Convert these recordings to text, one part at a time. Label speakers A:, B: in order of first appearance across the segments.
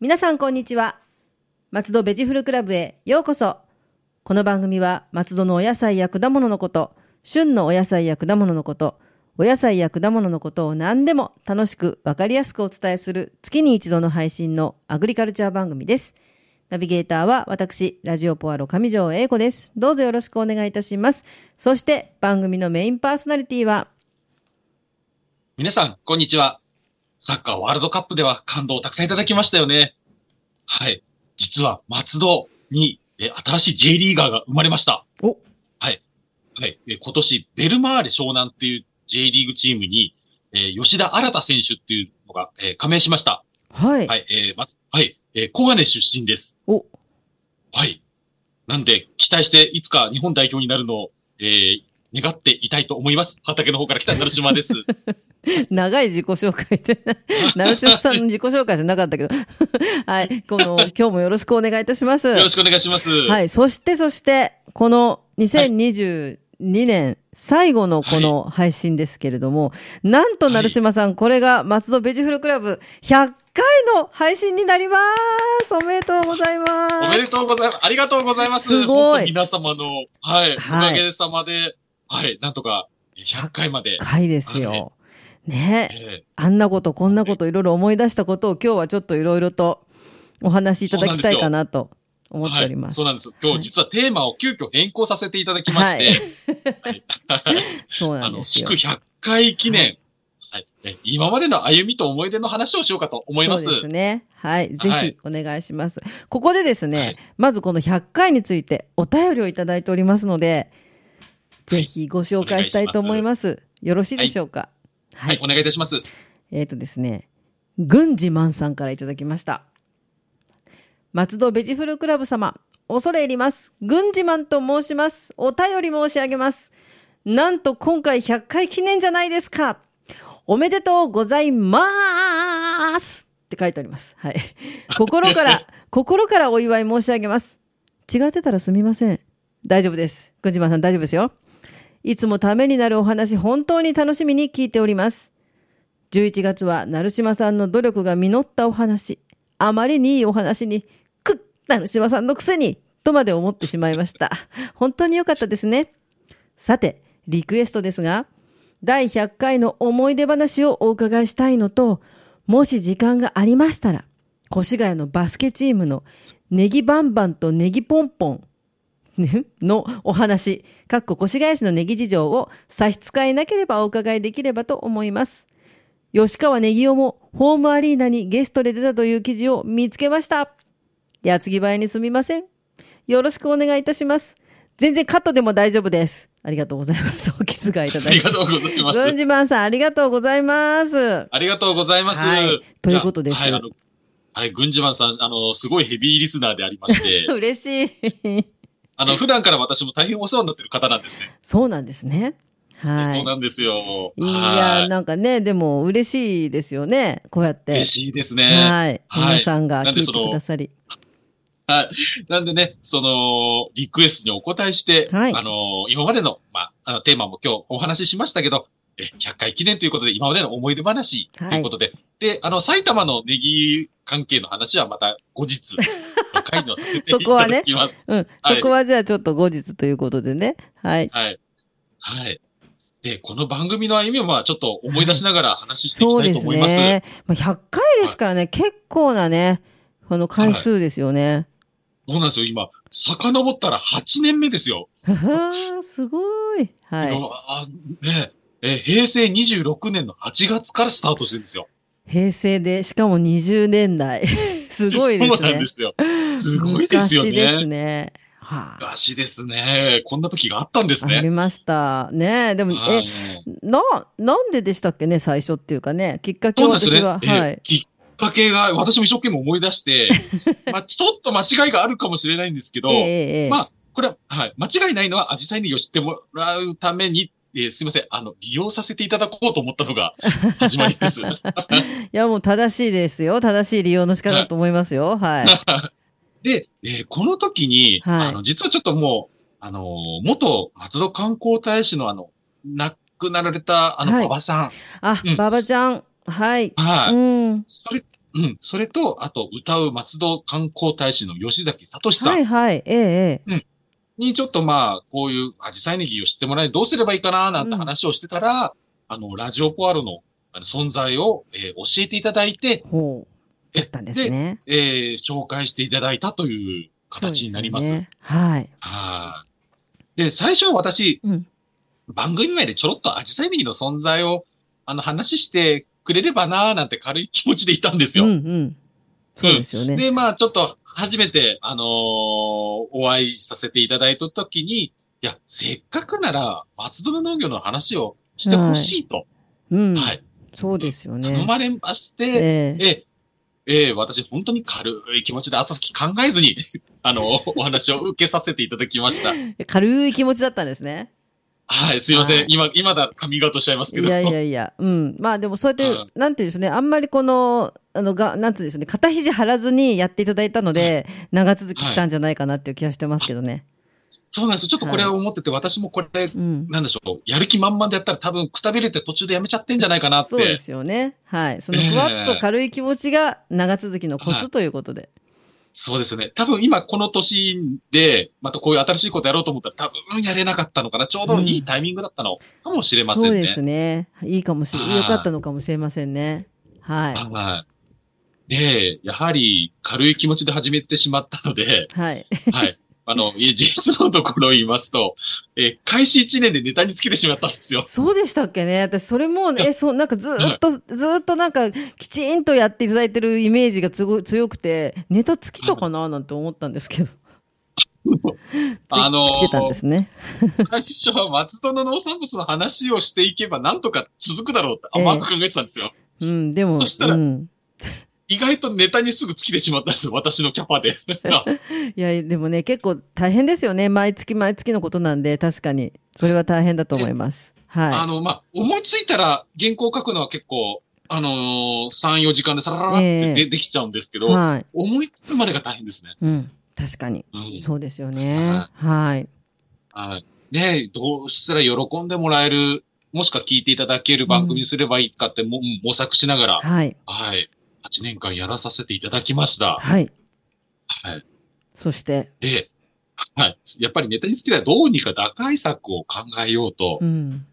A: 皆さんこんにちは。松戸ベジフルクラブへようこそ。この番組は松戸のお野菜や果物のこと、旬のお野菜や果物のこと、お野菜や果物のことを何でも楽しくわかりやすくお伝えする月に一度の配信のアグリカルチャー番組です。ナビゲーターは私、ラジオポアロ上条英子です。どうぞよろしくお願いいたします。そして番組のメインパーソナリティは
B: 皆さん、こんにちは。サッカーワールドカップでは感動をたくさんいただきましたよね。はい。実は松戸にえ新しい J リーガーが生まれました。
A: お
B: はい。はい。え今年、ベルマーレ湘南っていう J リーグチームに、えー吉田新太選手っていうのが、えー加盟しました。
A: はい。
B: はい。えーま、はい。えー、小金出身です。
A: お
B: はい。なんで、期待していつか日本代表になるのを、えー願っていたいと思います。畑の方から来た成 島です。
A: 長い自己紹介で、 成島さんの自己紹介じゃなかったけど、 はい、この、今日もよろしくお願いいたします。
B: よろしくお願いします。は
A: はい、そしてそして、この2022年最後のこの配信ですけれども、なんと成島さん、これが松戸ベジフルクラブ100回の配信になります。おめでとうございます。
B: おめでとうございます。ありがとうございます。
A: すごい
B: 本当に皆様の、はい、
A: はい
B: おかげさまで、はい、なんとか100回まで。
A: 回です
B: はい
A: よ。ねえ。
B: え
A: あんなこと、こんなこと、いろいろ思い出したことを今日はちょっといろいろとお話しいただきたいかなと
B: ー
A: 思っております。
B: はい。そうなんです。今日実はテーマを急遽変更させていただきまして、
A: そうな
B: あ
A: ん
B: の、
A: ですよ。
B: 祝100回記念、はいえ今までの歩みと思い出の話をしようかと思います。
A: そうですね。はい。ぜ
B: は
A: ひ
B: い
A: お願いします。ここでですね、
B: はい
A: まずこの100回についてお便りをいただいておりますので、ぜひご紹介したいと思います。よろしいでしょうか。は。
B: はいい、お願いいたします。
A: えっ、とですね、郡司満さんからいただきました。松戸ベジフルクラブ様、恐れ入ります。郡司満と申します。お便り申し上げます。なんと今回100回記念じゃないですか。おめでとうございますって書いてあります。はい。心から、心からお祝い申し上げます。違ってたらすみません。大丈夫です。郡司満さん大丈夫ですよ。いつもためになるお話、本当に楽しみに聞いております。11月は成島さんの努力が実ったお話あまりにいいお話にくっ成島さんのくせにとまで思ってしまいました本当に良かったですねさてリクエストですが第100回の思い出話をお伺いしたいのともし時間がありましたら越谷のバスケチームのネギバンバンとネギポンポン ねのお話、かっこ越谷市のネギ事情を差し支えなければお伺いできればと思います。吉川ネギオもホームアリーナにゲストで出たという記事を見つけました。矢継ぎ早にすみません。よろしくお願いいたします。全然カットでも大丈夫です。ありがとうございます。お気遣いいた
B: あ
A: だ
B: り
A: い
B: が
A: て。
B: とうございます。
A: 文治マンさん、ありがとうございます。
B: ありがとうございます。
A: はいということです
B: いやはい、あのはい、軍事マンさん、あの、すごいヘビーリスナーであり まして、
A: 嬉しい。
B: あの、普段から私も大変お世話になってる方なんですね。
A: そうなんですね。はい。
B: そうなんですよ。
A: い
B: は
A: や、なんかね、でも嬉しいですよね、こうやって。
B: 嬉しいですね。
A: はい。
B: はい
A: 皆さんが
B: なん
A: 聞
B: で
A: い
B: そ
A: て
B: の
A: くださり。
B: なんでね、その、リクエストにお答えして、
A: はい
B: あの、今までの、まあ、あの、テーマも今日お話ししましたけど、え、100回記念ということで、今までの思い出話ということで、で、あの、埼玉のネギ関係の話はまた 後日、の回のさせていただきます。
A: うん。
B: はい
A: そこはじゃあちょっと後日ということでね。はい。
B: はい。はい。で、この番組の歩みをまあちょっと思い出しながら話していき
A: そう
B: たい
A: で
B: と
A: す
B: 思います。
A: ね。まあ、100回ですからね、結構なね、この回数ですよね。
B: そうなんですよ。今、遡ったら8年目ですよ。
A: ははすごい。は
B: う
A: い。
B: わあねえ、え平成26年の8月からスタートしてるんですよ。
A: 平成で、しかも20年 代。すごいです
B: そうなん
A: ね
B: で。すよ。すごいですよね。
A: 昔ですね。はあ。
B: 昔ですね。こんな時があったんです
A: あり
B: ね。
A: ました。ねえ、でも、
B: は
A: え
B: い、
A: な、なんででしたっけね、最初っていうかね、きっかけ
B: そう
A: は
B: なんです
A: 私
B: よ
A: は、
B: ね。
A: は
B: え
A: い。
B: きっかけが、私も一生懸命思い 出して、まあ、ちょっと間違いがあるかもしれないんですけど、
A: ええええ、
B: まあ、これは、はい。間違いないのは、アジサイネギを知ってもらうために、えーすいません。あの、利用させていただこうと思ったのが、始まり です。
A: いや、もう正しいですよ。正しい利用の仕方だと思いますよ。はい。
B: で、えーこの時に、
A: はい
B: あの、実はちょっともう、あのー元松戸観光大使のあの、な、くなられた、あの、
A: はい
B: 馬場さん。
A: あ
B: うん、
A: 馬場ちゃん。はい。
B: はい。
A: うん。
B: それ、うん。それと、あと、歌う松戸観光大使の吉崎聡さ
A: は
B: ん
A: いはい。ええええ。
B: に、ちょっとまあ、こういうアジサイネギを知ってもらえ、どうすればいいかな、なんて話をしてたら、あの、ラジオポアロのあの存在を、えー教えていただいて、
A: ほう。だったんですね。
B: えー紹介していただいたという形になります。
A: そうでよねはい。
B: はい。で、最初は私、
A: うん。
B: 番組前でちょろっとアジサイネギの存在を、あの、話してくれればなーなんて軽い気持ちでいたんです
A: うん
B: よ。
A: うん。そうですよね。
B: で、まあ、ちょっと、初めて、あのーお会いさせていただいたときに、いや、せっかくなら、松戸の農業の話をしてほしいと、
A: うん。
B: はい、
A: そうですよね。
B: 頼まれまして、
A: ええ。
B: ええ、ええ、私、本当に軽い気持ちで、後先考えずに、 あの、お話を受けさせていただきました。
A: 軽い気持ちだったんですね。
B: はい、すいません。
A: はい
B: 今、今だ、カミングアウト しちゃいますけど。
A: いやいやいや、うん。まあでもそうやって、
B: うん
A: なんていうんですね、あんまりこの、あの、が、なんていうんですね、肩肘張らずにやっていただいたので、長続きしたんじゃないかなっていう気がしてますけどね。
B: そうなんですよ。ちょっとこれを思ってて、私もこれ、
A: うん。
B: なんでしょう。やる気満々でやったら多分くたびれて途中でやめちゃってんじゃないかなって。
A: そうですよね。はい。その
B: ええ
A: ふわっと軽い気持ちが長続きのコ
B: は
A: ツ
B: い
A: ということで。
B: そうですね。多分今この年で、またこういう新しいことやろうと思ったら多分やれなかったのかな。ちょうどいいタイミングだったのかもしれませ
A: そ
B: ん
A: う
B: ね。
A: ですね。いいかもしれ、
B: はい
A: よかったのかもしれませんね。は
B: はい。で、やはり軽い気持ちで始めてしまったので、
A: い。はい。
B: はい。あの、い実のところを言いますと、えー、開始1年でネタにつけてしまったんで すよ。
A: そうでしたっけね私、それも、
B: い
A: え、そう、なんかずーっと、ずーっとなんか、きちんとやっていただいてるイメージがつご強くて、ネタつきたかななんて思ったんですけど。
B: あのー
A: つきてたんですね。
B: 最初は松戸の農産物の話をしていけばなんとか続くだろうって甘く考えてたんですよ。
A: うん、でも、
B: そしたら
A: うん。
B: 意外とネタにすぐ尽きてしまったんですよ、私のキャ パで。あ
A: いや、でもね、結構大変ですよね。毎月毎月のことなんで、確かに。それは大変だと思います。
B: あ
A: は
B: の、まあ、思いついたら原稿書くのは結構、あのー、3、4時間でサラララっ
A: え
B: て
A: え
B: で,、できちゃうんですけ
A: い。
B: ど、
A: はい。
B: 思いつくまでが大変ですね。
A: うん。確かに。
B: うん。
A: そうですよね。はい。
B: はい。ねえどうしたら喜んでもらえる、もしくは聞いていただける番組にすればいいかっても、うん模索しながら、
A: はい。
B: はい。8年間やらさせていただきました。
A: はい。
B: はい。
A: そして、
B: で、はい。やっぱりネタにつきではどうにか打開策を考えようと、
A: うん。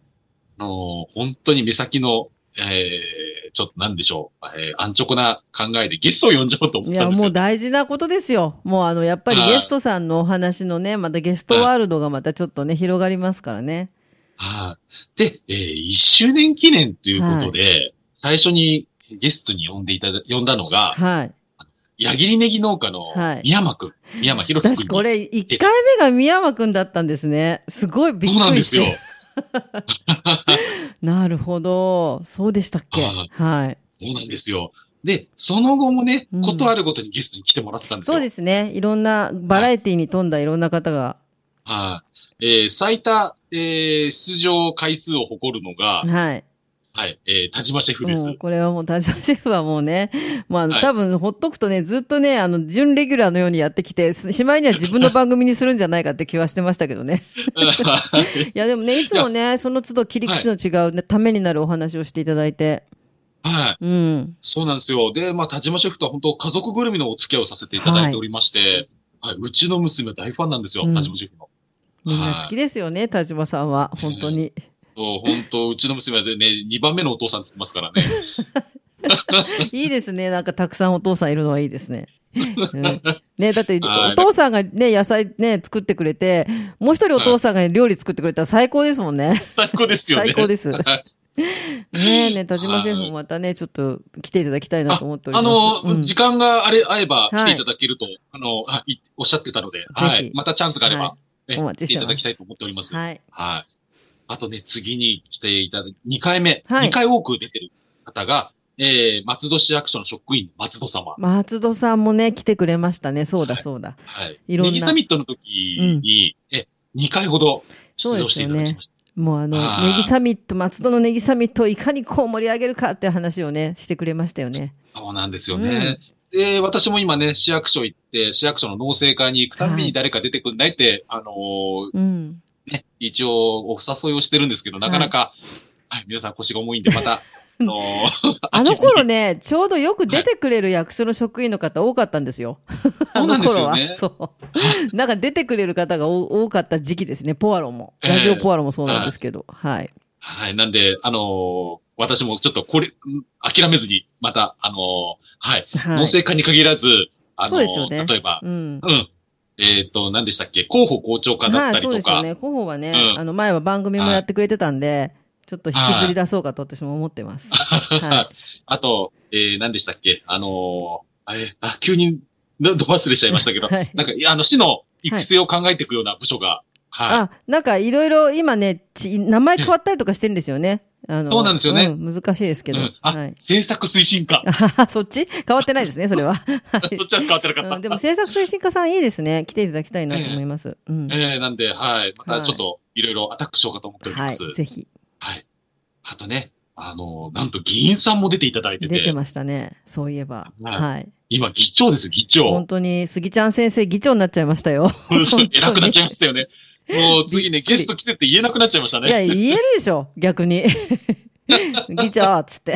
B: あのー本当に目先の、えー、ちょっとなんでしょう、えー、安直な考えでゲストを呼んじゃおうと思
A: い
B: った
A: や、
B: んです
A: もう
B: よ。
A: 大事なことですよ。もうあの、やっぱり
B: はい
A: ゲストさんのお話のね、またゲストワールドがまたちょっとね、広がりますからね。
B: はい。で、えー、1周年記念ということで、最初にゲストに呼んでいただ、呼んだのが、
A: はい。
B: 矢切ネギ農家の
A: はい
B: 宮間くん、宮間博
A: 私
B: 樹
A: こ
B: くん。
A: れ、1回目が宮間くんだったんですね。すごいびっ
B: そうな
A: く
B: んで
A: りし
B: すよ。
A: て。なるほど。そうでしたっけ。
B: はい
A: はい。
B: そうなんですよ。で、その後もね
A: うん、
B: ことあるごとにゲストに来てもらってたんですよ。
A: そうですね。いろんな、バラエティに富んだいろんな方が。
B: はい。えー最多、えー出場回数を誇るのが、
A: はい。
B: はい、えー、田島シェフです
A: もう。 これはもう、田島シェフはもうね、 まあ、
B: はい
A: 多分、ほっとくとね、ずっとね、あの、準レギュラーのようにやってきて、すしまいには自分の番組にするんじゃないかって気はしてましたけどね。いや、でもね、いつもね、その都度切り口の違う、ねためになるお話をしていただいて。
B: はい。
A: うん。
B: そうなんですよ。で、まあ、田島シェフとは本当家族ぐるみのお付き合いをさせていただいておりまして、はい、うちの娘大ファンなんですよ、
A: うん
B: 田島シェフの。
A: みんな好きですよね、田島さんは。本当に。
B: そう本当、うちの娘はね、2番目のお父さんって言ってますからね。
A: いいですね。なんかたくさんお父さんいるのはいいです ね。ねね、だって、
B: はい
A: お父さんがね、野菜ね、作ってくれて、もう一人お父さんが料理作ってくれたら最高ですもんね。
B: 最高ですよね。
A: 最高です。ね
B: はい
A: え、ね、田島シェフ
B: は
A: も
B: い
A: またね、ちょっと来ていただきたいな
B: あ
A: と思っており
B: あ
A: ます。
B: の、
A: うん
B: 時間があれ、合え
A: は
B: ば来
A: い
B: ていただけると、あのあい、おっしゃってたので、は
A: ぜひ
B: い。またチャンスがあれば、
A: は
B: ね
A: お待ちして
B: 来
A: て
B: い
A: ます
B: ただきたいと思っております。
A: はい。
B: はい。あとね、次に来ていただき、2回目、
A: はい
B: 2回多く出てる方が、えー、松戸市役所の職員、松戸様。
A: 松戸さんもね、来てくれましたね。そうだ、
B: はい
A: そうだ。
B: はい。
A: いろんな
B: ネギサミットの時に、え、2回ほど出場していただきました。
A: もうあ
B: あ
A: の、
B: ー
A: ネギサミット、松戸のネギサミットをいかにこう盛り上げるかっていう話をね、してくれましたよね。
B: そうなんですよね。で、私も今ね、市役所行って、市役所の農政課に行くたび
A: は
B: に
A: い
B: 誰か出てくんないって、あのー
A: うん。
B: ね、一応お誘いをしてるんですけど、なかなか、はい、皆さん腰が重いんで、ま た、あのー
A: あの頃ね、ちょうどよく出てくれる役所の職員の方多かったんですよ。
B: そうなんですよね
A: あの頃は。そう。なんか出てくれる方が多多かった時期ですね。ポアロも。ラジオポアロもそうなんですけど。はい。
B: はい、なんで、あのー私もちょっとこれ、ん諦めずに、また、あのーはい、
A: は
B: 農
A: い。
B: 政課に限らず、あの
A: そうですよね
B: 例えば、
A: うん。
B: うん。えっ、と、何でしたっけ広報校長課だっ
A: は
B: た
A: い、
B: り
A: そう
B: と
A: です
B: か、
A: よね。候補はね、
B: うん
A: あの、前は番組もやってくれてたんで、ちょっと引きずり出そうかと私も思ってます。 は
B: あと、えー、何でしたっけあのーあれ、あ、急に、どど忘れしちゃいましたけど、
A: はい
B: なんか、いやあの、市の育成を考えていくような部署が、はい。
A: あ、なんかいろいろ今ね、ち名前変わったりとかしてるんですよね。あの
B: そうなんですよね
A: ん難しいですけど。
B: うんあ
A: はい。
B: 政策推進課。
A: あははそっち変わってないですね、それは。はい
B: どっちは変わってなかった。
A: うんでも制作推進課さんいいですね。来ていただきたいなと思います。うん。
B: えー、なんで、はい。ま
A: はい
B: たちょっと、いろいろアタックしようかと思っており
A: は
B: ます。
A: い。
B: はい。
A: ぜひ。
B: あとね、あのーなんと議員さんも出ていただいてて、
A: 出てましたね。そういえば。
B: はい
A: はい。
B: 今議長ですよ、議長
A: 本。当に、杉ちゃん先生議長になっちゃいましたよ。当に
B: 偉くなっちゃいましたよね。もう次
A: び
B: ね、
A: っくり
B: ゲスト来てって言えなくなっちゃいました
A: いや、
B: ね。
A: 言えるでしょ。逆 に。議長っつって。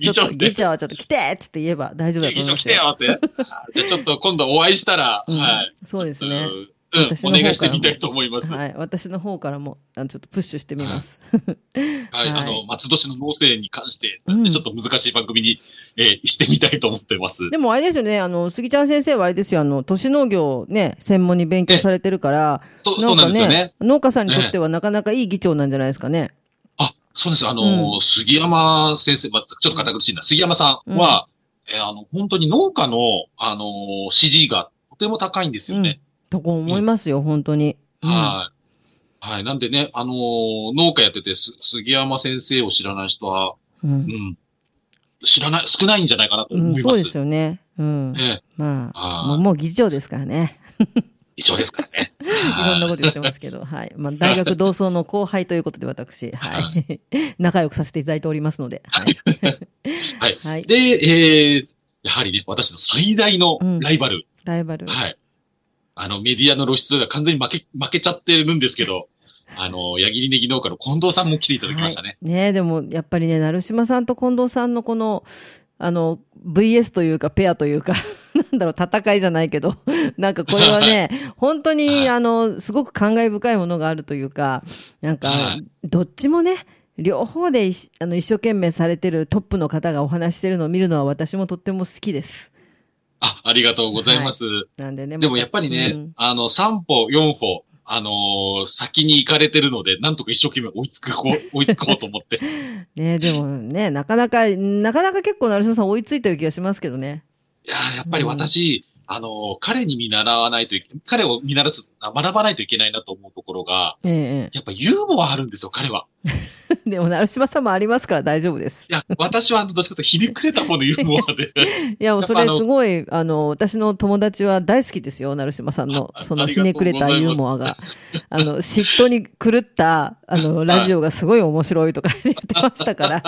B: 議長
A: ちょ
B: っ
A: っと
B: て
A: 議。長ちょっと来てっつって言えば大丈夫だと
B: 劇
A: 思い
B: 場
A: ま
B: 来
A: す
B: て
A: よ。
B: よって。 あーじゃあちょっと今度お会いしたら、
A: うん
B: はい。
A: そうですね
B: ちょっと。うん
A: 私、の方
B: お
A: からも
B: 願いしてみたいと思います。はい。
A: はい。私の方からも、あのちょっとプッシュしてみます。はい
B: あの、松戸市の農政に関して、
A: うん
B: ちょっと難しい番組に、えーしてみたいと思ってます。
A: でもあれですよね、あの、杉ちゃん先生はあれですよ、あの、都市農業をね、専門に勉強されてるから、
B: そう、そうなんですよね。
A: 農家さんにとってはなかなかいい議長なんじゃないですかね。
B: あ、そうです。あの、杉山先生、まあ、ちょっと堅苦しいな。杉山さんは、えーあの、本当に農家の、あのー支持がとても高いんですよね。
A: とこ思いますよ、本当に。うん
B: はい。はい。なんでね、あのー農家やってて、す杉山先生を知らない人は、
A: うん
B: うん。知らない、少ないんじゃないかなと
A: う
B: 思い
A: ん、
B: ます。
A: そうですよね。うん。
B: ええ
A: まあ、もう
B: ああ、
A: もう議長ですからね。
B: 以上ですからね。
A: いろんなこ
B: はい
A: と言ってますけど、はい。まあ、大学同窓の後輩ということで、私、はい。 仲良くさせていただいておりますので。はい。
B: はい
A: はい。
B: で、えー、やはりね、私の最大のライバル。
A: ライバル。
B: はい。あの、メディアの露出が完全に負け、負けちゃってるんですけど、あの、矢切ネギ農家の近藤さんも来ていただきましたね。
A: はい、ねでも、やっぱりね、成島さんと近藤さんのこの、あの、VS というか、ペアというか、 なんだろう、戦いじゃないけど、 なんかこれはね、本当
B: は
A: に、
B: い
A: あの、すごく感慨深いものがあるというか、なん
B: は
A: か
B: い、
A: どっちもね、両方でいしあの一生懸命されてるトップの方がお話ししてるのを見るのは私もとっても好きです。
B: あ、ありがとうございます。
A: なんでね。
B: でも
A: また
B: やっぱりね、
A: うん
B: あの、3歩、4歩、あのー先に行かれてるので、なんとか一生懸命追いつくこう、追いつこうと思って。い
A: ねでもね、なかなか、なかなか結構成島さん追いついてる気がしますけどね。
B: やーやっぱり私、あのー彼に見習わないといけ、彼を見習つ、あ学ばないといけないなと思うところが、
A: えええ
B: やっぱユーモアあるんですよ、彼は。
A: え。でも成島さんもありますから大丈夫です。
B: いや、私はあのどっちかというとひねくれた方 のユーモアで。
A: いや、もうそ
B: や
A: れ
B: っぱあの
A: すごい、あの、私の友達は大好きですよ、成島さんの、
B: あ
A: その
B: あり
A: ひ
B: がとう
A: ねくれたユーモアが。あの、嫉妬に狂った、あの、ラジオがすごい面白いとか言ってました から。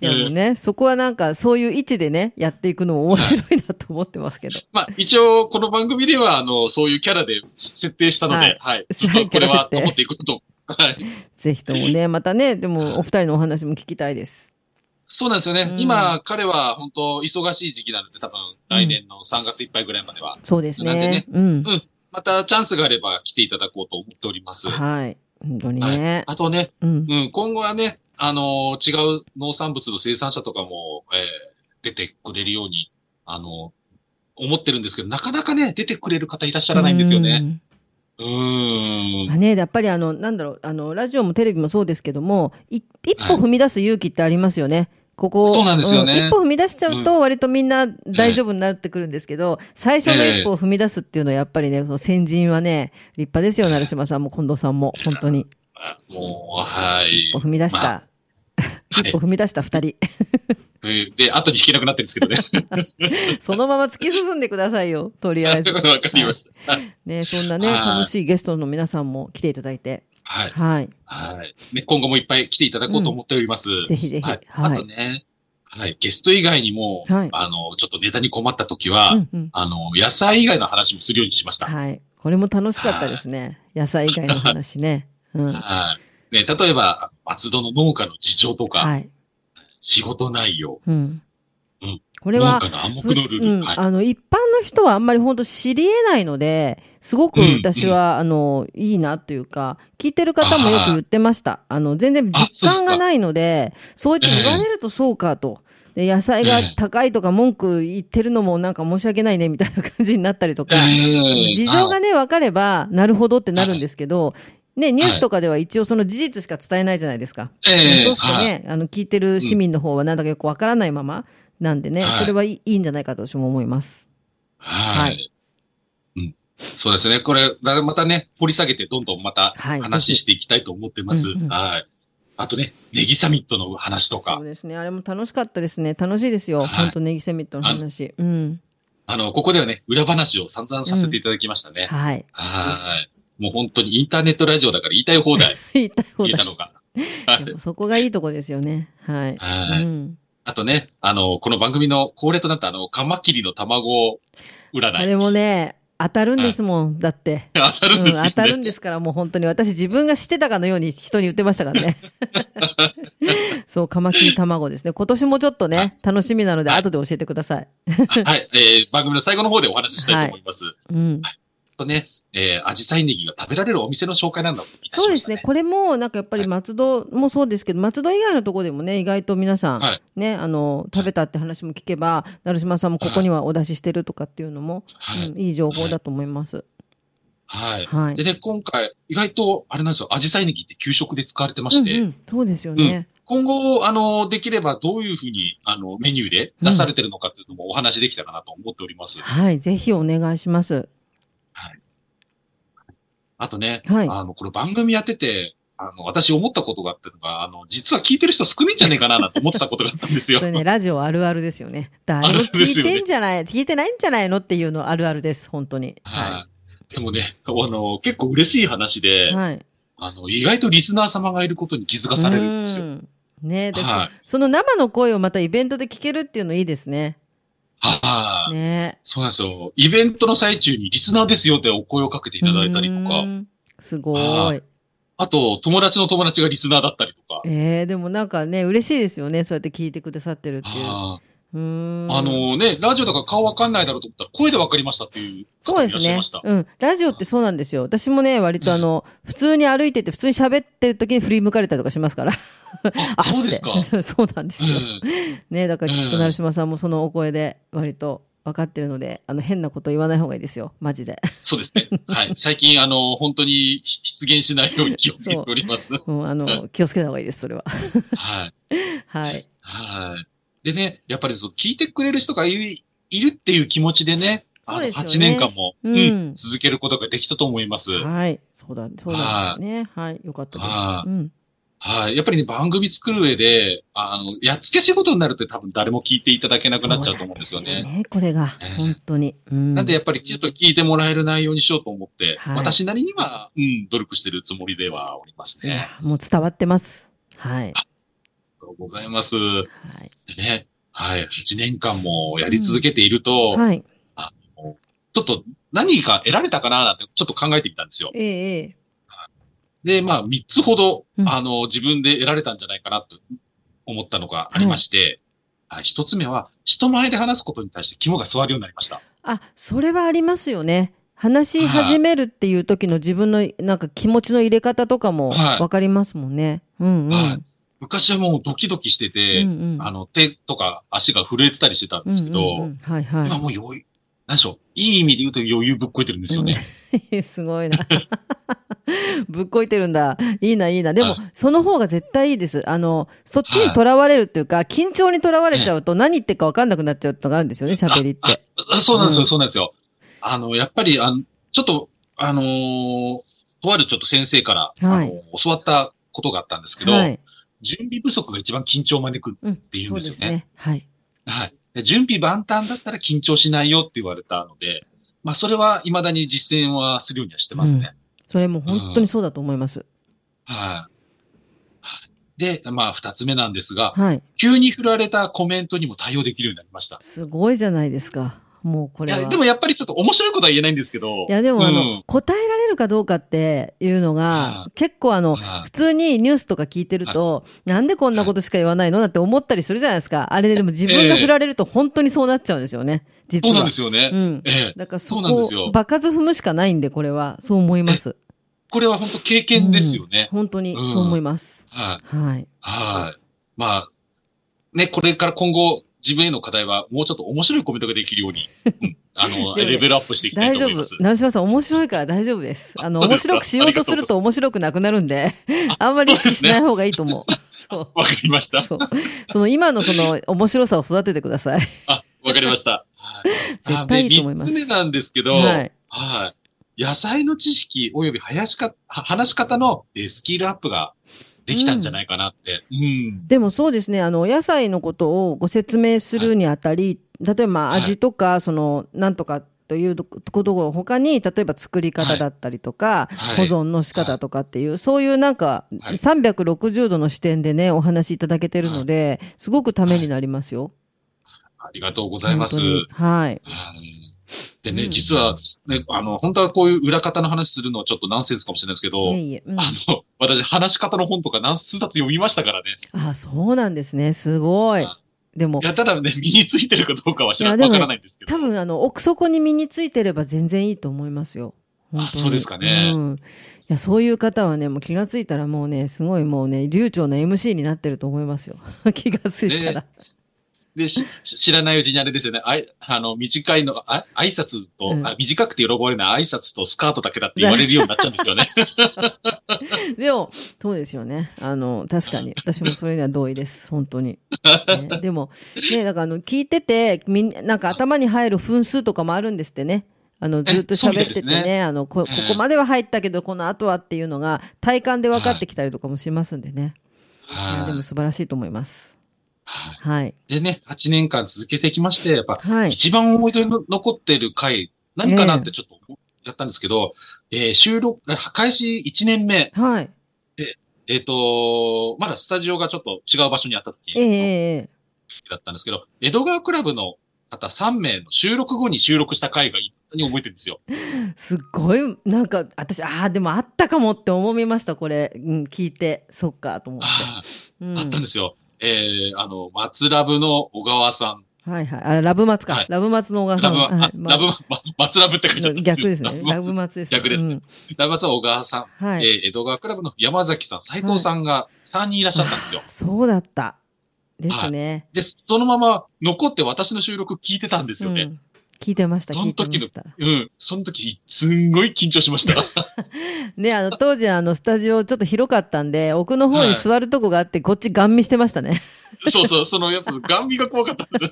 A: いや、もうね、そこはなんか、そういう位置でね、やっていくのも面白いなと思ってます けど。
B: まあ、一応、この番組では、あの、そういうキャラで設定したの
A: はい
B: で、はい。
A: そ
B: ず
A: うい
B: っ
A: う
B: とこれ
A: キャラ設
B: は
A: 定
B: 保っていくと。はい。
A: ぜひともね、 またね、でも、お二人のお話も聞きたいです。
B: そうなんですよね。
A: うん
B: 今、彼は本当忙しい時期なので、多分、来年の3月いっぱいぐらいまでは、
A: そうです
B: なんで
A: ね
B: ね。
A: うん。
B: またチャンスがあれば来ていただこうと思っております。
A: はい。本当にね。
B: あとね、
A: うん。
B: うん、今後はね、あのー違う農産物の生産者とかも、えー出てくれるように、あのー思ってるんですけど、なかなかね、出てくれる方いらっしゃらないんですよ
A: う
B: ね。
A: ん
B: うーん。
A: まあね、やっぱりあの、なんだろう、あの、ラジオもテレビもそうですけども、い一
B: はい
A: 歩踏み出す勇気ってありますよね。ここ。
B: そうなんですよね
A: 一歩踏み出しちゃうと、割とみんな大丈夫になってくるんですけど、最初の一歩を踏み出すっていうのは、やっぱりね、その先人はね、立派ですよ、
B: ええ
A: 成島さんも近藤さんも、本当に。
B: あもう、はい
A: 一歩。踏み出した。
B: まはい
A: 一歩踏み出した二人。
B: えーで、後に引けなくなってるんですけどね。
A: そのまま突き進んでくだ さいよ、とりあ えず。
B: わかりました。
A: ね、そんなね、
B: はい
A: 楽しいゲストの皆さんも来ていただいて。
B: はい。
A: はい。
B: はい。ね、今後もいっぱい来ていただこうと思っております。
A: ぜひぜひ。
B: はい。あ
A: は
B: と
A: い。
B: ね、はい。ゲスト以外にも、
A: はい
B: あの、ちょっとネタに困った時は、
A: うんうん
B: あの、野菜以外の話もするようにしました。
A: はい。これも楽しかったですね。野菜以外の話ね。うん。
B: はい。ね、例えば、松戸の農家の事情とか、
A: はい。
B: 仕事内容、
A: うん
B: うん。
A: これ
B: 農
A: は、
B: 家の暗黙
A: 普
B: のル
A: 通
B: ール、
A: うん、
B: はい。
A: あの一般の人はあんまり本当知り得ないのですごく
B: うん
A: 私は、あのいいなというか聞いてる方もよく言ってましたあの全然
B: あ
A: 実
B: そうです
A: 感が
B: か
A: ないのでそうやって言われるとそうかと。で野菜が高いとか文句言ってるのもなんか申し訳ないねみたいな感じになったりとか、
B: ええ
A: 事情がね、分かれば、なるほどってなるんですけど、ね、ニュースとかでは一応その事実しか伝えないじゃないですか。
B: ええ
A: そうするとね、あの、聞いてる市民の方はなんだかよく分からないままなんでね、
B: はい
A: それはいいいいんじゃないかと私も思います。
B: は
A: は
B: い。
A: い
B: うん。そうですね。これ、だまたね、掘り下げてどんどんまた
A: はい
B: 話していきたいと思ってます。
A: ぜ
B: は
A: ひ
B: い。
A: うんうん
B: あとね、ネギサミットの話と
A: そ
B: か
A: う、ですね、あれも楽しかったですね。楽しいですよ。
B: はい
A: 本当ネギセミットの話。うん。
B: あの、ここではね、裏話を散々させていただきましたね。
A: はい。
B: はい。もう本当にインターネットラジオだから言いたい 放題
A: 言いたい放
B: 言えた
A: 題。
B: のが。はい
A: でもそこがいいとこですよね。はい。
B: はい
A: うん。
B: あとね、あの、この番組の恒例となったあの、カマキリの卵占
A: あ
B: い。
A: れもね、当たるんですもん。だって。
B: 当たるんですよ、
A: う
B: ね
A: ん、当たるんですから、もう本当に私自分が知ってたかのように人に言ってましたから ね。そう、カマキリ卵ですね。今年もちょっと
B: は
A: ね、楽しみなので、
B: はい
A: 後で教えてください。
B: はい。えー番組の最後の方でお話ししたいと思います。
A: うん。
B: あとね、えー、アジサイネギが食べられるお店の紹介なんだもいた
A: そう
B: しま
A: で
B: し
A: す
B: たね。
A: ね。これも、なんかやっぱり
B: はい
A: 松戸もそうですけど、松戸以外のところでもね、意外と皆さん、
B: はい
A: ね、あの、食べたって話も聞けば、成島さんもここにはお出ししてるとかっていうのも、
B: はい
A: うん、いい情報だと思います。
B: はい。
A: はい。
B: でね、今回、意外と、あれなんですよ、アジサイネギって給食で使われてまして、
A: うんうん、そうですよね。
B: 今後、あの、できればどういうふうに、あの、メニューで出されてるのかっていうのもお話できたかなと思っております。
A: はい。ぜひお願いします。
B: あとね、
A: はい
B: あの、これ番組やってて、あの、私思ったことがあったのが、あの、実は聞いてる人少ないんじゃねえかな、なんて思ってたことがあったんですよ。
A: それね、ラジオあるあるですよね。誰も
B: あるあるで
A: 聞
B: す
A: い
B: よね
A: てんじゃない、聞いてないんじゃないのっていうのあるあるです、本当に。は
B: はい。でもね、あの、結構嬉しい話で、
A: い。はい。
B: あの、意外とリスナー様がいることに気づかされるんです
A: う
B: よ。
A: んねえ、で
B: はい
A: そその生の声をまたイベントで聞けるっていうのいいですね。
B: はい。
A: ねえ。
B: そうなんですよ。イベントの最中にリスナーですよってお声をかけていただいたりと
A: う
B: か、
A: ん。すご。
B: はいあと、友達の友達がリスナーだったりとか、
A: えー、でもなんかね、嬉しいですよね。そうやって聞いてくださってるっていう。
B: あ
A: うーん。
B: あのね、ラジオだから顔わかんないだろうと思ったら、声でわかりましたっていう
A: そう
B: 方
A: で
B: い
A: す
B: らっしゃい
A: ね
B: ました。。
A: うん。ラジオってそうなんですよ。私もね、割とあの、普通に歩いてて、普通に喋ってる時に振り向かれたりとかしますから。
B: あ、そうですか。
A: って そうなんですよ。
B: うん
A: ね、だからきっと
B: うん
A: 成島さんもそのお声で割と分かってるので、あの変なこと言わない方がいいですよ、マジ で。
B: そうで すね。はい。最近、あの、本当に出現しないように気をつけており ます。
A: うん、あの、気をつけた方がいいです、それは。
B: はい。
A: はい。
B: はい。でね、やっぱりそう、聞いてくれる人がいいるっていう気持ちでね、あの
A: そうですよね
B: 8年間も、
A: うん
B: うん続けることができたと思います。
A: はい。そうだ、そうなんですよね。はい。よかったです
B: は。い
A: うん。
B: はい。やっぱりね、番組作る上で、あの、やっつけ仕事になるって多分誰も聞いていただけなくなっちゃうと思うんですよ
A: そ
B: ね。
A: なんですよこれが
B: うん、
A: 本当に。うん。
B: なんでやっぱりちょっと聞いてもらえる内容にしようと思って、
A: はい
B: 私なりには、うん、努力してるつもりではおります
A: い
B: ね。
A: やもう伝わってます。はい。
B: ありがとうございます。
A: はい。
B: でね、はい、8年間もやり続けていると、
A: はい。
B: ちょっと何か得られたかななんてちょっと考えてみたんですよ。
A: ええええ。
B: で、まあ、3つほど、
A: うん
B: あの、自分で得られたんじゃないかなと思ったのがありまして、はい、1つ目は、人前で話すことに対して肝が座るようになりました。
A: あ、それはありますよね。話し始めるっていう時の自分のなんか気持ちの入れ方とかも
B: はい
A: わかりますもんね。うんうん。
B: はい昔はもうドキドキしてて、
A: うんうん
B: あの、手とか足が震えてたりしてたんですけど、
A: うんうんうんはいは
B: 今
A: い。
B: もう余裕、何でしょう、いい意味で言うと余裕ぶっこいてるんですよね。
A: すごいな。ぶっこいてるんだ。いいな、いいな。でも
B: は、
A: その方が絶対いいです。あの、そっち
B: は
A: に
B: い
A: とらわれるっていうか、緊張にとらわれちゃうと何言ってるか分かんなくなっちゃうってのがあるんですよね、喋りって。
B: あそうなんですよ、
A: うん
B: そうなんですよ。あの、やっぱり、あの、ちょっと、あのーとあるちょっと先生から、
A: はい
B: あの教わったことがあったんですけど、
A: はい。
B: 準備不足が一番緊張を招く。
A: うん
B: ていうん
A: そう
B: です
A: で
B: よね
A: すね。はい。
B: はい。で準備万端だったら緊張しないよって言われたので、まあ、それは未だに実践はするようにはしてますね。
A: それも本当にそうだと思います。
B: はい。で、まあ、二つ目なんですが、
A: はい。
B: 急に振られたコメントにも対応できるようになりました。
A: すごいじゃないですか。もうこ
B: い
A: れは。
B: や、でもやっぱりちょっと面白いことは言えないんですけど。
A: いやでもあの、
B: うん
A: 答えられるかどうかっていうのが
B: あ、
A: 結構あの、
B: あ
A: 普通にニュースとか聞いてると、なんでこんなことしか言わないのなんて思ったりするじゃないですか。あれでも自分が振られると本当にそうなっちゃうんですよね。実
B: そう
A: は。
B: なんですよね。
A: うん
B: ええ。
A: だからそ
B: そうなんです
A: こ、
B: よ
A: 場数踏むしかないんで、これは。そう思います。
B: これは本当経験ですよね。
A: 本当にそう思います。
B: はい。
A: はい。
B: はい。まあ、ね、これから今後、自分への課題は、もうちょっと面白いコメントができるように、うんあ の、
A: でもね
B: レベルアップしていきたい
A: 大
B: と
A: 丈
B: 思いま
A: 夫
B: す。。
A: 成島さん、面白いから大丈夫です。
B: あ
A: あの、
B: そう
A: 面
B: ですか
A: 白くしようとすると面白くなくなるんで、 あんまり意識しない方がいいと思う。そ
B: わかりまし
A: う。
B: た。
A: そう。その今のその面白さを育ててください。
B: あ、わかりました。はい
A: 絶対いいと思います
B: あで三つ目なんですけど、
A: は
B: はいい。野菜の知識及び話しか、は話し方のえースキルアップができたんじゃないかなって。うん。
A: でもそうですね、あの、お野菜のことをご説明するにあたり、例えば
B: はい
A: 味とか、その、なんとかというとことを他に、例えば作り方だったりとか、
B: はい
A: 保存の仕方とかっていう、そういうなんか、
B: はい
A: 360度の視点でね、お話しいただけてるので、すごくためになりますよ。
B: ありがとうご
A: ご
B: ざいます。
A: はい。
B: うんでね、
A: うん
B: 実は、ね、あの、本当はこういう裏方の話するのはちょっとナンセンスかもしれないですけど、
A: いえいえ。うん
B: あの、私、話し方の本とか何数冊読みましたからね。
A: あ、そうなんですね。すごい
B: あ。
A: でも
B: い、や、ただね、身についてるかどうかは知ら
A: いや
B: わ
A: でもね
B: からないんですけど。
A: 多分、あの、奥底に身についてれば全然いいと思いますよ。本当に
B: あそうですかね
A: うん。いや、そういう方はね、もう気がついたらもうね、すごいもうね、流暢な MC になってると思いますよ。 気がついたら。
B: で、しし知らないうちにあれですよね。あい、あの、短いの、あ、挨拶と、
A: うん
B: あ短くて喜ばれない挨拶とスカートだけだって言われるようになっちゃうんですよね。
A: でも、そうですよね。あの、確 かに。私もそれには同意です。本当に。ね、でも、ね、だからあの、聞いてて、みんなんか頭に入る分数とかもあるんですってね。あの、ずっと喋ってて
B: そうみたい
A: ね、
B: ですね
A: あのこ、こ
B: ええ
A: こまでは入ったけど、この後はっていうのが、体感で分かってきたりとかもしますんでね。 いやでも
B: は
A: 素晴らしいと思います。
B: い。
A: はい。
B: でね、8年間続けてきまして、やっぱ、
A: はい。
B: 一番思い出の残ってる回、何かなってちょっと思っちゃったんですけど、えー収録、あ開始1年目、
A: はい。
B: えっ、とまだスタジオがちょっと違う場所にあった時
A: えええ
B: だったんですけど、江戸川クラブの方3名の収録後に収録した回が一般に覚えてるんですよ。
A: えすっごい、なんか、私、ああ、でもあったかもって思いました、これ。うん、聞いて、そっか、と思って。
B: あ
A: うん、
B: あったんですよ。えー、あの、松ラブの小川さん。
A: はいはい。あれ、ラブマツか。
B: はい
A: ラブマツの小川さ
B: ラ
A: ん。
B: ブ、
A: はい
B: あ
A: ま
B: ラブ、ま松ラブって書いちゃったんです
A: 逆
B: よ。
A: ですね。ラ
B: ラ
A: ブ
B: ブ、
A: マツです、
B: 逆です
A: うん
B: ラブ松は小川さん。
A: はい、
B: えー江戸川クラブの山崎さん、斉藤さんが3人いらっしゃったんですよ。
A: そうだった。ですね。
B: で、そのまま残って私の収録聞いてたんですよ
A: う
B: ね。
A: ん。聞いてました、
B: そ
A: 聞
B: の
A: いてま
B: 時の
A: した。
B: うん。その時、すんごい緊張しま した。
A: ね、あの、当時、あの、スタジオちょっと広かったんで、奥の方に座るとこがあって、こっちガン見してましたね。
B: そうそう、その、やっぱ、ガンビが怖かったんですよ。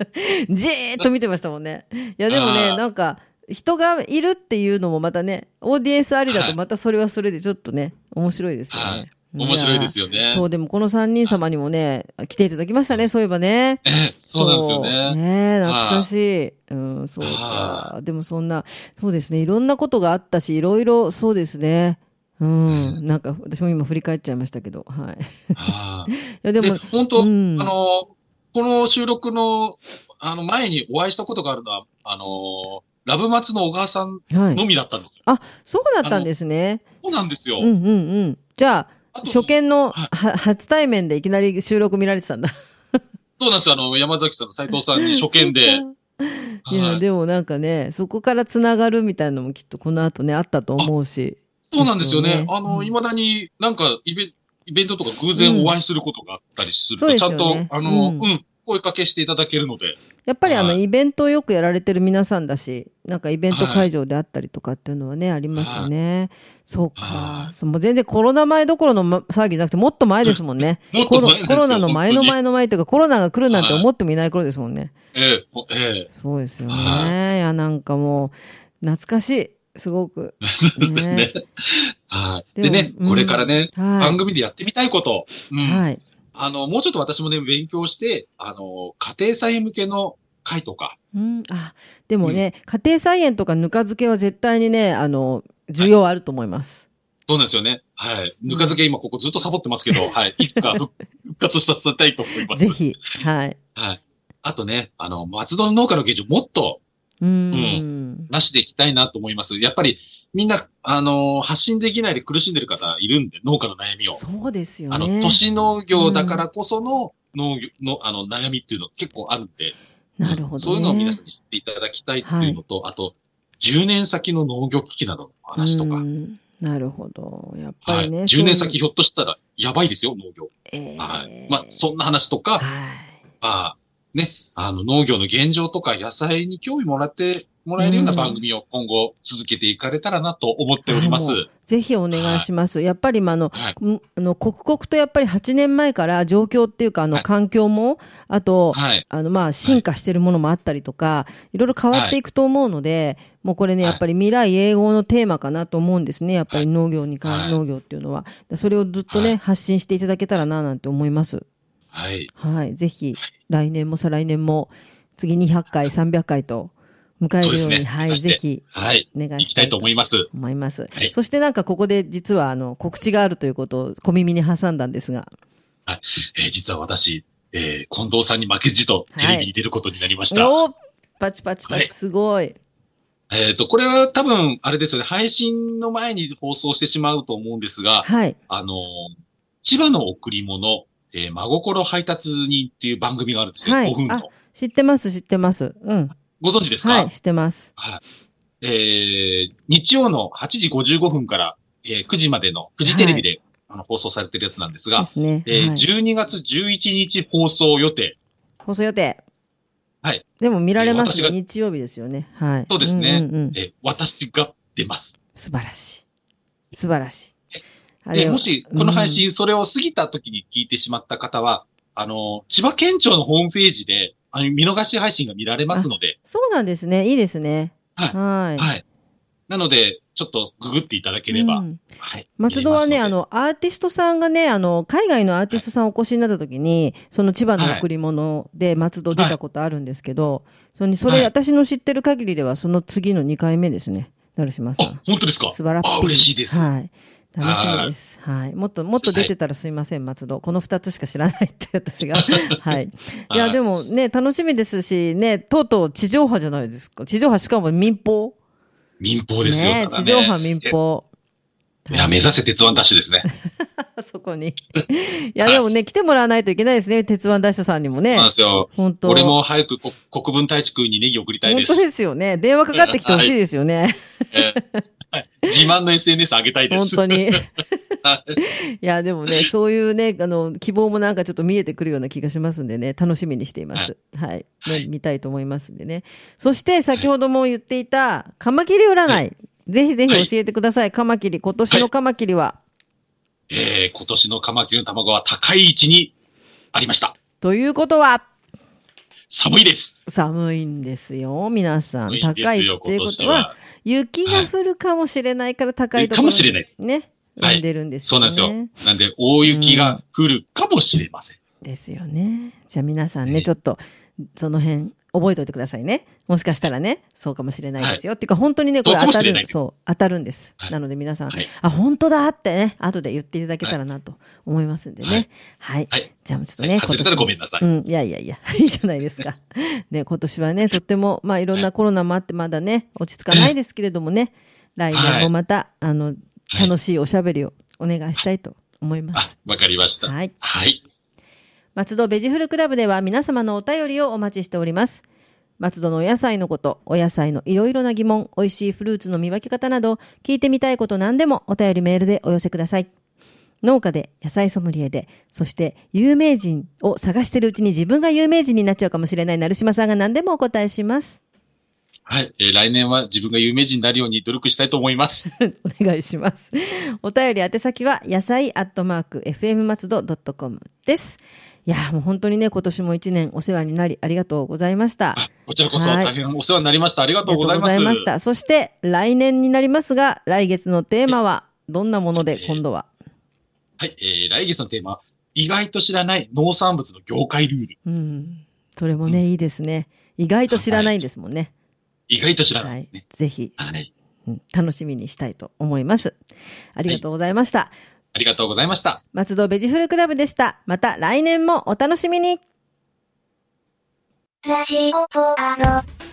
A: じーっと見てましたもんね。いや、でも
B: あ
A: ね、
B: ー
A: なんか、人がいるっていうのもまたね、オーディエンスありだ
B: は
A: と、
B: い
A: またそれはそれでちょっとね、面白いですよ
B: は
A: ね。
B: 面白いです
A: よ
B: よね。
A: そう、でもこの3人様にもね、来ていただきましたね、そういえばね。
B: ええそうなんですよ
A: そう
B: ね。
A: ねえ懐かしい。うん、そうか。でもそんな、そうですね、いろんなことがあったし、いろいろ、そうですね。うん、
B: う
A: なんか、私も今振り返っちゃいましたけど、はい。い
B: ああ
A: や、で
B: で
A: も、
B: 本当、
A: うん
B: あの、この収録の、あの、前にお会いしたことがあるのは、あの、ラブマツの小川さん
A: はい。
B: のみだったんですよ。
A: そうだったんですね。
B: そうなんです
A: う
B: よ。
A: んうんうん。じゃあ、
B: あと
A: 初見の
B: はい
A: は初対面でいきなり収録見られてたんだ。
B: そうなんですよ。あの、山崎さんと斉藤さん に初見で。
A: そっか いや、
B: はい
A: でもなんかね、そこからつながるみたいなのもきっとこの後ね、あったと思うし。
B: そうなんですよ
A: ですよ
B: ね
A: ね。
B: あの、
A: うん
B: 未だになんかイベ、イベントとか偶然お会いすることがあったりすると、
A: うん
B: ちゃん
A: そう
B: と、
A: ですよね
B: あの、
A: う
B: うんん、声かけしていただけるので。
A: やっぱりあの、
B: はい
A: イベントをよくやられてる皆さんだし、なんかイベント会場であったりとかっていうのはね、ありますよね。そうか
B: は。
A: そうもう全然コロナ前どころのま騒ぎじゃなくて、もっと前ですもんね。
B: もっ
A: コ
B: と
A: ロ
B: 前ですよ
A: コロナの前の
B: 本当に
A: 前の前というか、コロナが来るなんて思ってもいない頃ですもんね。
B: ええ、ほええ。
A: そうですよ
B: は
A: ね。いや、なんかもう、懐かしい。すごく。
B: です
A: ね
B: ね。はい。
A: で
B: で
A: も
B: ね、
A: うん
B: これからね、番
A: は
B: 組でやってみたいこと。う
A: い。
B: ん。
A: はい。
B: あの、もうちょっと私もね、勉強して、あの、家庭菜向けの会とか。
A: うん、あ、でもね、家庭菜園とかぬか漬けは絶対にね、あの、需要あると思います。
B: そうなんですよね。はい。ぬか漬け今ここずっとサボってます けど、はい。いつか復復活させたいと思います。
A: ぜひ。はい。
B: はい。あとね、あの、松戸の農家の現状もっと
A: うーん。
B: なしでいきたいなと思います。やっぱりみんな、あのー発信できないで苦しんでる方いるんで、農家の悩みを。
A: そうですよね。
B: あの、都市農業だからこその農業の、あの、悩みっていうの結構あるんで、
A: なるほど、ね。
B: そういうのを皆さんに知っていただきたいっていうのと、あと、10年先の農業危機などの話と
A: う
B: か、
A: んなるほど。やっぱ
B: は
A: り
B: い。
A: ね。そ
B: 10年
A: うい
B: 先ひょっとしたらやばいですよ、農業。
A: うの。
B: はい
A: え。ー
B: まあ、そんな話と
A: は
B: か、
A: い。
B: まあ、ね、あの、農業の現状とか野菜に興味もらって、もらえるような番組を今後続けていかれたらなと思っております。
A: あもぜひお願いします。やっぱり、まあ、あの、
B: はい。
A: んあの、刻々とやっぱり8年前から状況っていうか、あ
B: は
A: の、
B: い
A: 環境も、あと、
B: はい。
A: あの、まあ、進化してるものもあったりとか、いろいろ変わっていくと思うので、もうこれね、
B: はい
A: やっぱり未来永劫のテーマかなと思うんですね。やっぱ
B: は
A: り
B: い
A: 農業に関、
B: はい
A: 農業っていうのは。それをずっとね、
B: はい
A: 発信していただけたらな、なんて思います。
B: はい。
A: はい。ぜひ、来年も再来年も、次200回、300回と、迎えるように、
B: そうですね
A: は
B: 目
A: い、
B: 指して
A: ぜひ、
B: はい。
A: お願い
B: 行き
A: したた
B: い
A: いと
B: と思います。
A: 思います。
B: はい
A: そしてなんかここで実は、あの、告知があるということを小耳に挟んだんですが、
B: えー実は私、えー近藤さんに負けじとテレビに出ることになりました。
A: おーパチパチパ
B: は
A: チ、
B: い
A: すごい。
B: えっ、と、これは多分、あれですよね、配信の前に放送してしまうと思うんですが、
A: はい。
B: あのー千葉の贈り物、えー真心配達人っていう番組があるんですよ。
A: はい
B: 5分
A: あ
B: の。
A: 知ってます、知ってます。うん。
B: ご存知ですか、
A: はい、知ってます。
B: えー日曜の8時55分から、えー9時までのフジテレビで、あの放送されてるやつなんです
A: で
B: が、
A: すね。
B: えー
A: はい、
B: 12月11日放送予定。
A: 放送予定。
B: はい。
A: でも見られます
B: えー私
A: ね。
B: が
A: 日曜日ですよね。はい。
B: そうですね
A: んうんうん
B: えー私が出ます。
A: 素晴らしい。素晴らしい。あ
B: で、
A: を
B: もし、この配
A: うん
B: 信、それを過ぎた時に聞いてしまった方は、あの、千葉県庁のホームページで、あの、見逃し配信が見られますので、
A: そうなんですね。いいですね。
B: はい
A: はい。
B: はい。なので、ちょっとググっていただけれ
A: う
B: ば、
A: ん
B: はい。
A: 松戸は
B: 見
A: ね、
B: れま
A: あ
B: すので、
A: の、アーティストさんがね、あの、海外のアーティストさんお越しになった時に、その千葉の贈り物で松戸出たことあるんですけど、そのそれ、
B: はい
A: 私の知ってる限りでは、その次の2回目ですね。成島さん
B: あ。、本当ですか
A: 素晴らしい。
B: あ、嬉しいです。
A: はい。楽しみです。はい。もっと、もっと出てたらすいません、松戸。この二つしか知らないって、私 が。はい。いや、
B: はい
A: でもね、楽しみですし、ね、とうとう地上波じゃないですか。地上波、しかも民放。
B: 民放ですよ。
A: ね
B: ただ
A: 地上波民放。
B: いや、目指せ鉄腕ダッシュですね。
A: そこに。いや、でもね、来てもらわないといけないですね。鉄腕ダッシュさんにも
B: そう
A: ね
B: なんで。すよ。
A: 本当
B: 俺も早くこ国分太一君にネギ送りたい
A: 本
B: です
A: 当。ですよね。電話かかってきてほしいですよね。
B: えーはい自慢の SNS 上げたいで
A: 本
B: す。
A: 当に。い
B: は
A: や、でも ね、そういうね、あの、希望もなんかちょっと見えてくるような気がしますんでね、楽しみにしています。はい。
B: は
A: ね、
B: い
A: 見たいと思いますんでね。そして、先ほども言っていた、カマキリ占。
B: はい
A: ぜひぜ
B: は
A: ひ
B: い
A: 教えてください。カマキリ、今年のカマキリは、
B: えー今年のカマキリの卵は高い位置にありました。
A: ということは、
B: 寒いです。
A: 寒いんですよ、皆さん。
B: 寒いんですよ
A: 高い位置ということは、雪が降るかもしれないから高いところに、
B: かもしれない
A: ね。
B: はい
A: 産んでるんです
B: そう
A: よ
B: なん
A: ね。
B: ですよ。なんで、大雪が降るかもしれません。
A: ですよね。じゃあ皆さん
B: は
A: ね、
B: い
A: ちょっと、その辺、覚えておいてくださいね。もしかしたらね、そうかもしれないですよ。っていうか、本当にね、これ
B: そうか
A: 当
B: も
A: た
B: しれない
A: る、そう、当たるんです。
B: はい
A: なので皆さん、
B: はい
A: あ、本当だってね、後で言っていただけたらなと思いますんでね。はい。
B: はい
A: じゃあもうちょっと
B: は
A: ね、
B: い、外れたらごめんなさい。
A: うん、いやいやい や、いいじゃないですか。ね、今年はね、とっても、まあ、いろんなコロナもあって、まだね、落ち着かないですけれどもね、来年もまた、あの、
B: はい
A: 楽しいおしゃべりをお願いしたいと思いま
B: あ
A: す。、
B: わかりました。
A: はい。
B: はい。
A: 松戸ベジフルクラブでは皆様のお便りをお待ちしております。松戸のお野菜のこと、お野菜のいろいろな疑問、美味しいフルーツの見分け方など、聞いてみたいこと何でもお便りメールでお寄せください。農家で、野菜ソムリエで、そして有名人を探してるうちに自分が有名人になっちゃうかもしれない成島さんが何でもお答えします。
B: はい。えー来年は自分が有名人になるように努力したいと思 います。
A: お願いします。お便り宛先は、野菜アットマーク、FM 松戸 .com です。いやー、もう本当にね、今年も一年お世話になり、ありがとうございました。
B: あこちらこそ
A: はい
B: 大変お世話になりました。ありが
A: あ
B: とうございま
A: り
B: す。
A: がとうございました。そして、来年になりますが、来月のテーマは、どんなもので、今度は。
B: はい。えー来月のテーマは、意外と知らない農産物の業界ルール。
A: うん。それもね、いいですね。意外と知らないんですもんね。
B: 意外と知ら
A: は
B: ないで
A: い
B: すね。。
A: ぜひ、
B: はい。
A: うん楽しみにしたいと思います。ありがとうございました。
B: ありがとうございました。
A: 松戸ベジフルクラブでした。また来年もお楽しみに
C: ラジオポアド。